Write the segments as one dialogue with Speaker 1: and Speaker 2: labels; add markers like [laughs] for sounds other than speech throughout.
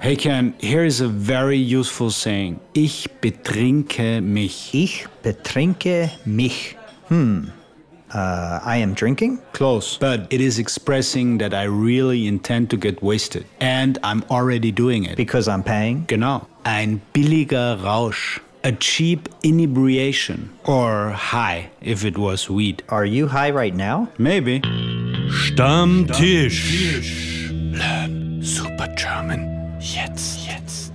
Speaker 1: Hey Ken, here is a very useful saying. Ich betrinke mich.
Speaker 2: Ich betrinke mich. Hmm. Uh, I am drinking.
Speaker 1: Close. But it is expressing that I really intend to get wasted. And I'm already doing it.
Speaker 2: Because I'm paying.
Speaker 1: Genau. Ein billiger Rausch. A cheap inebriation. Or high, if it was weed.
Speaker 2: Are you high right now?
Speaker 1: Maybe.
Speaker 3: Stammtisch.
Speaker 1: Super German. Jetzt, jetzt.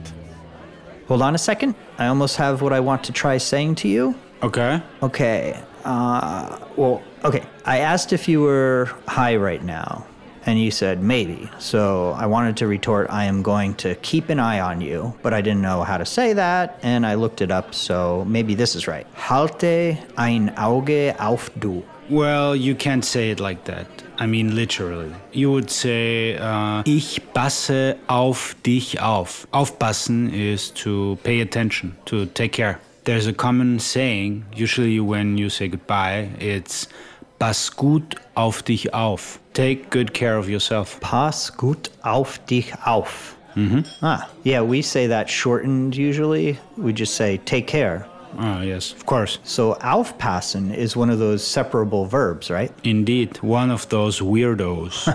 Speaker 2: Hold on a second. I almost have what I want to try saying to you.
Speaker 1: Okay.
Speaker 2: Okay. Uh, well, okay. I asked if you were high right now, and you said maybe. So I wanted to retort, I am going to keep an eye on you, but I didn't know how to say that, and I looked it up, so maybe this is right. Halte ein Auge auf du.
Speaker 1: Well, you can't say it like that. I mean, literally. You would say, uh, ich passe auf dich auf. Aufpassen is to pay attention, to take care. There's a common saying, usually when you say goodbye, it's pass gut auf dich auf. Take good care of yourself.
Speaker 2: Pass gut auf dich auf. Mm-hmm. Ah, yeah, we say that shortened usually. We just say take care.
Speaker 1: Ah, yes, of course.
Speaker 2: So aufpassen is one of those separable verbs, right?
Speaker 1: Indeed, one of those weirdos.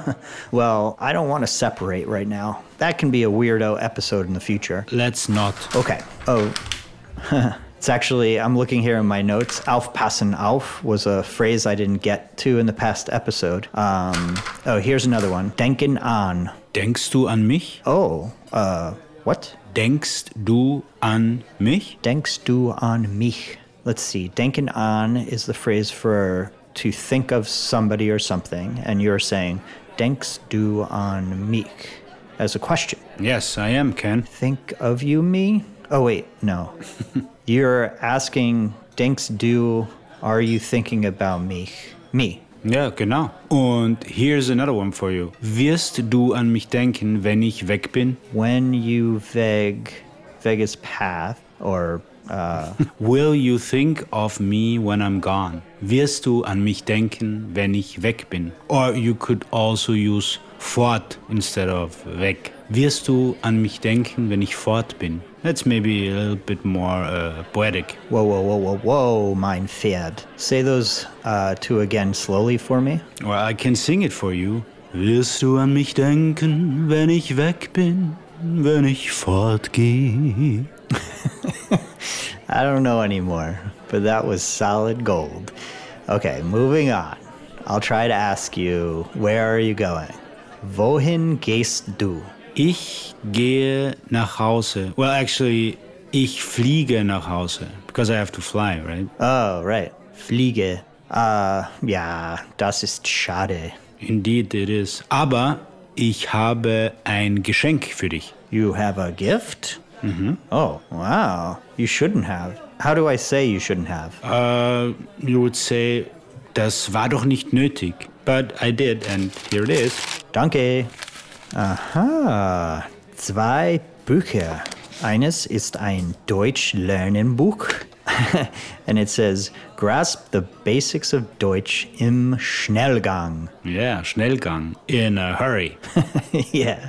Speaker 2: Well, I don't want to separate right now. That can be a weirdo episode in the future.
Speaker 1: Let's not.
Speaker 2: Okay. Oh, [laughs] it's actually, I'm looking here in my notes. Aufpassen auf was a phrase I didn't get to in the past episode. Um, oh, here's another one. Denken an.
Speaker 1: Denkst du an mich?
Speaker 2: Oh, uh, what?
Speaker 1: Denkst du an mich?
Speaker 2: Denkst du an mich? Let's see. Denken an is the phrase for to think of somebody or something, and you're saying, Denkst du an mich? As a question.
Speaker 1: Yes, I am, Ken.
Speaker 2: Think of you, me? Oh, wait, no. [laughs] you're asking, Denkst du, are you thinking about mich? Me.
Speaker 1: Ja, genau. Und here's another one for you. Wirst du an mich denken, wenn ich weg bin?
Speaker 2: When you veg, Vegas path, or uh, [laughs]
Speaker 1: Will you think of me when I'm gone? Wirst du an mich denken, wenn ich weg bin? Or you could also use fort instead of weg. Wirst du an mich denken, wenn ich fort bin? That's maybe a little bit more uh, poetic.
Speaker 2: whoa, whoa, whoa, whoa, whoa, mein Pferd. Say those uh, two again slowly for me.
Speaker 1: Well, I can sing it for you. Wirst du an mich denken, wenn ich weg bin, wenn ich fortgehe?
Speaker 2: I don't know anymore, but that was solid gold. Okay, moving on. I'll try to ask you, where are you going? Wohin gehst du?
Speaker 1: Ich gehe nach Hause. Well, actually, ich fliege nach Hause because I have to fly, right?
Speaker 2: Oh, right. Fliege. Uh, ja, das ist schade.
Speaker 1: Indeed it is. Aber ich habe ein Geschenk für dich.
Speaker 2: You have a gift? Mm-hmm. Oh, wow. You shouldn't have. How do I say you shouldn't have?
Speaker 1: Uh, you would say, das war doch nicht nötig. But I did, and here it is.
Speaker 2: Danke. Aha, zwei Bücher. Eines ist ein Deutsch-Lernen-Buch. [laughs] and it says, Grasp the Basics of Deutsch im Schnellgang. [laughs]
Speaker 1: Yeah, Schnellgang. In a hurry.
Speaker 2: yeah,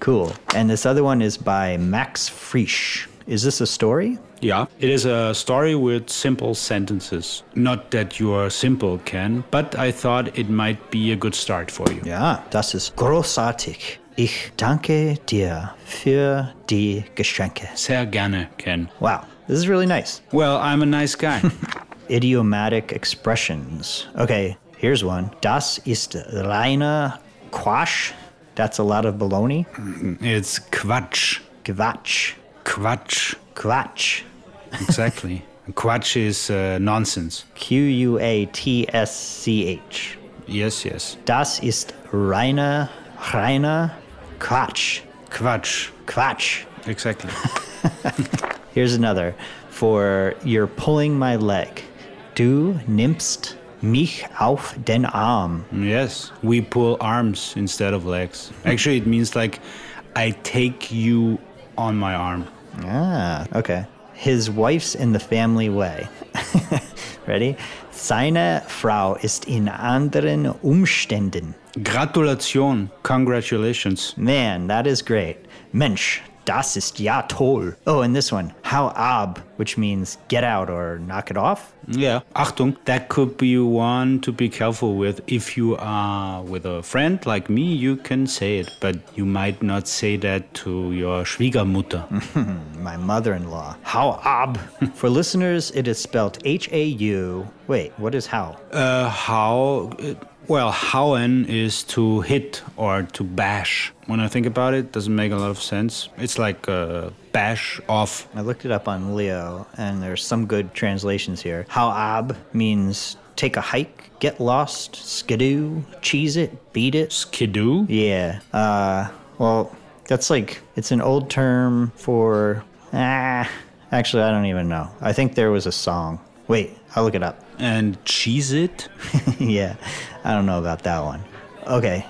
Speaker 2: cool. And this other one is by Max Frisch. Is this a story?
Speaker 1: Yeah, it is a story with simple sentences. Not that you are simple, Ken, but I thought it might be a good start for you.
Speaker 2: Ja, das ist großartig. Ich danke dir für die Geschenke.
Speaker 1: Sehr gerne, Ken.
Speaker 2: Wow, this is really nice.
Speaker 1: Well, I'm a nice guy.
Speaker 2: Idiomatic expressions. Okay, here's one. Das ist reiner Quatsch. That's a lot of baloney.
Speaker 1: [laughs] it's Quatsch.
Speaker 2: Quatsch.
Speaker 1: Quatsch.
Speaker 2: Quatsch.
Speaker 1: Exactly. Quatsch is uh, nonsense.
Speaker 2: Q U A T S C H.
Speaker 1: Yes, yes.
Speaker 2: Das ist reiner, reiner Quatsch.
Speaker 1: Quatsch.
Speaker 2: Quatsch.
Speaker 1: [laughs] Exactly.
Speaker 2: Here's another for you're pulling my leg. Du nimmst mich auf den Arm.
Speaker 1: yes. We pull arms instead of legs. Actually, it means like I take you on my arm.
Speaker 2: Ah, okay. His wife's in the family way. [laughs] Ready? Seine Frau ist in anderen Umständen.
Speaker 1: Gratulation. Congratulations.
Speaker 2: Man, that is great. Mensch, das ist ja toll. Oh, and this one, how ab, which means get out or knock it off.
Speaker 1: Yeah. Achtung. That could be one to be careful with. If you are with a friend like me, you can say it, but you might not say that to your Schwiegermutter.
Speaker 2: My mother in law. How ab. For listeners, it is spelled H A U. Wait, what is how?
Speaker 1: Uh, how? uh, Well, hauen is to hit or to bash. When I think about it, doesn't make a lot of sense. It's like uh, bash off.
Speaker 2: I looked it up on Leo, and there's some good translations here. How ab means take a hike, get lost, skidoo, cheese it, beat it,
Speaker 1: Skidoo.
Speaker 2: Yeah. Uh, well, that's like it's an old term for. Ah, actually, I don't even know. I think there was a song. Wait, I'll look it up.
Speaker 1: And cheese it.
Speaker 2: [laughs] yeah, I don't know about that one. Okay,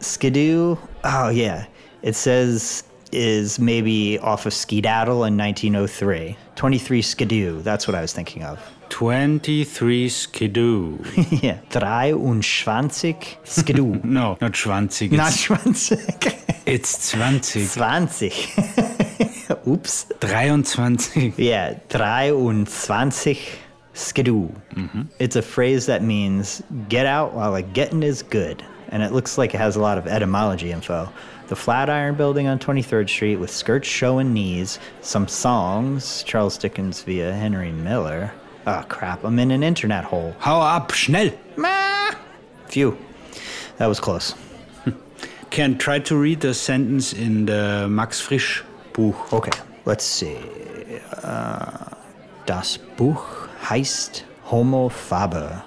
Speaker 2: skidoo. Oh yeah, it says is maybe off of Skedaddle in 1903. 23 skidoo. That's what I was thinking of. [laughs]
Speaker 1: 23 skidoo. [laughs]
Speaker 2: yeah, 23 skidoo.
Speaker 1: No, not 20. It's,
Speaker 2: Not [laughs] 20.
Speaker 1: it's 20.
Speaker 2: 20. [laughs] Ups.
Speaker 1: 23.
Speaker 2: Yeah, 23 Skidoo. It's a phrase that means get out while the getting is good. And it looks like it has a lot of etymology info. The Flatiron Building on 23rd Street with skirts showing knees, some songs, Charles Dickens via Henry Miller. Oh crap, I'm in an internet hole.
Speaker 1: Hau ab, schnell.
Speaker 2: Ah! Phew. That was close.
Speaker 1: Can try to read the sentence in the Max Frisch Buch.
Speaker 2: Okay, let's see. Uh, das Buch heißt Homo Faber.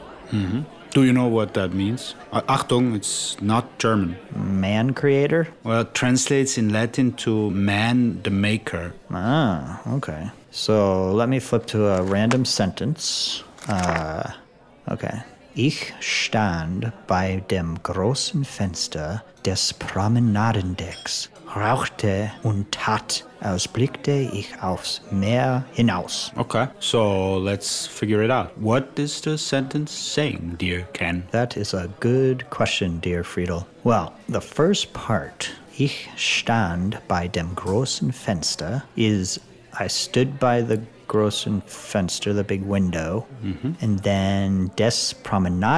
Speaker 1: Do you know what that means? Uh, Achtung, it's not German.
Speaker 2: Man creator?
Speaker 1: Well, it translates in Latin to man the maker.
Speaker 2: Ah, okay. So let me flip to a random sentence. Uh, okay. Ich stand bei dem großen Fenster des Promenadendecks, rauchte und tat, als blickte ich aufs Meer hinaus.
Speaker 1: Okay, so let's figure it out. What is the sentence saying, dear Ken?
Speaker 2: That is a good question, dear Friedel. Well, the first part, ich stand bei dem großen Fenster, is I stood by the großen Fenster, the big window, and then des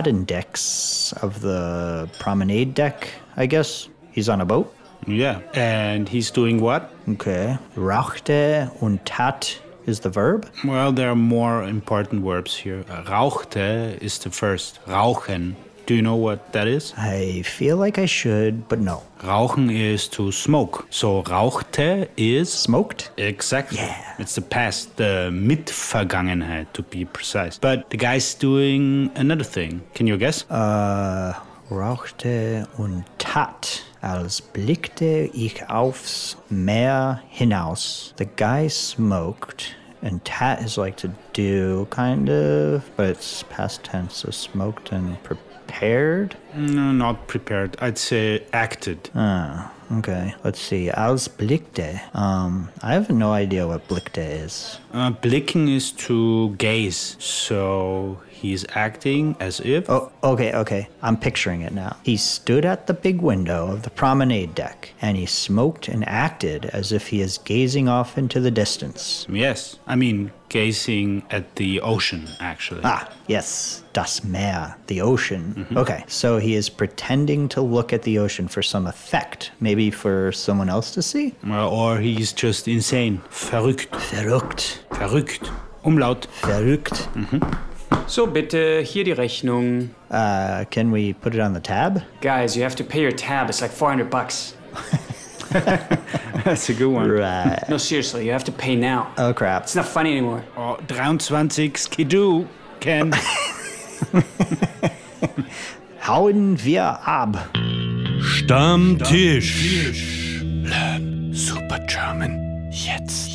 Speaker 2: Promenadendecks of the promenade deck, I guess. He's on a boat.
Speaker 1: Yeah. And he's doing what?
Speaker 2: Okay. Rauchte und tat is the verb.
Speaker 1: Well, there are more important verbs here. Uh, Rauchte is the first. Rauchen. Do you know what that is?
Speaker 2: I feel like I should, but no.
Speaker 1: Rauchen is to smoke. So rauchte is
Speaker 2: Smoked?
Speaker 1: exactly.
Speaker 2: Yeah.
Speaker 1: It's the past, the Mitvergangenheit to be precise. But the guy's doing another thing. Can you guess?
Speaker 2: äh, rauchte und tat, als blickte ich aufs Meer hinaus. The guy smoked, and tat is like to do, kind of, but it's past tense, so smoked and prepared.
Speaker 1: no, not prepared. I'd say acted.
Speaker 2: Ah, okay. Let's see. Als blickte. Um, I have no idea what blickte is.
Speaker 1: Uh, blinking is to gaze. So he's acting as if.
Speaker 2: Oh, okay, okay. I'm picturing it now. He stood at the big window of the promenade deck, and he smoked and acted as if he is gazing off into the distance.
Speaker 1: Yes. I mean, gazing at the ocean, actually.
Speaker 2: Ah, yes, das Meer, the ocean. Okay, so he is pretending to look at the ocean for some effect, maybe for someone else to see?
Speaker 1: Well, Uh, or he's just insane. Verrückt.
Speaker 2: Verrückt,
Speaker 1: Verrückt. Umlaut.
Speaker 2: verrückt.
Speaker 3: So bitte, hier die Rechnung.
Speaker 2: Uh, can we put it on the tab?
Speaker 3: Guys, you have to pay your tab. It's like 400 bucks.
Speaker 1: That's a good one.
Speaker 2: Right.
Speaker 3: No, seriously, you have to pay now.
Speaker 2: Oh, crap.
Speaker 3: It's not funny anymore.
Speaker 1: Oh, 23 Skidoo, Ken.
Speaker 2: Hauen wir ab.
Speaker 4: Stammtisch. Learn Super German. Jetzt.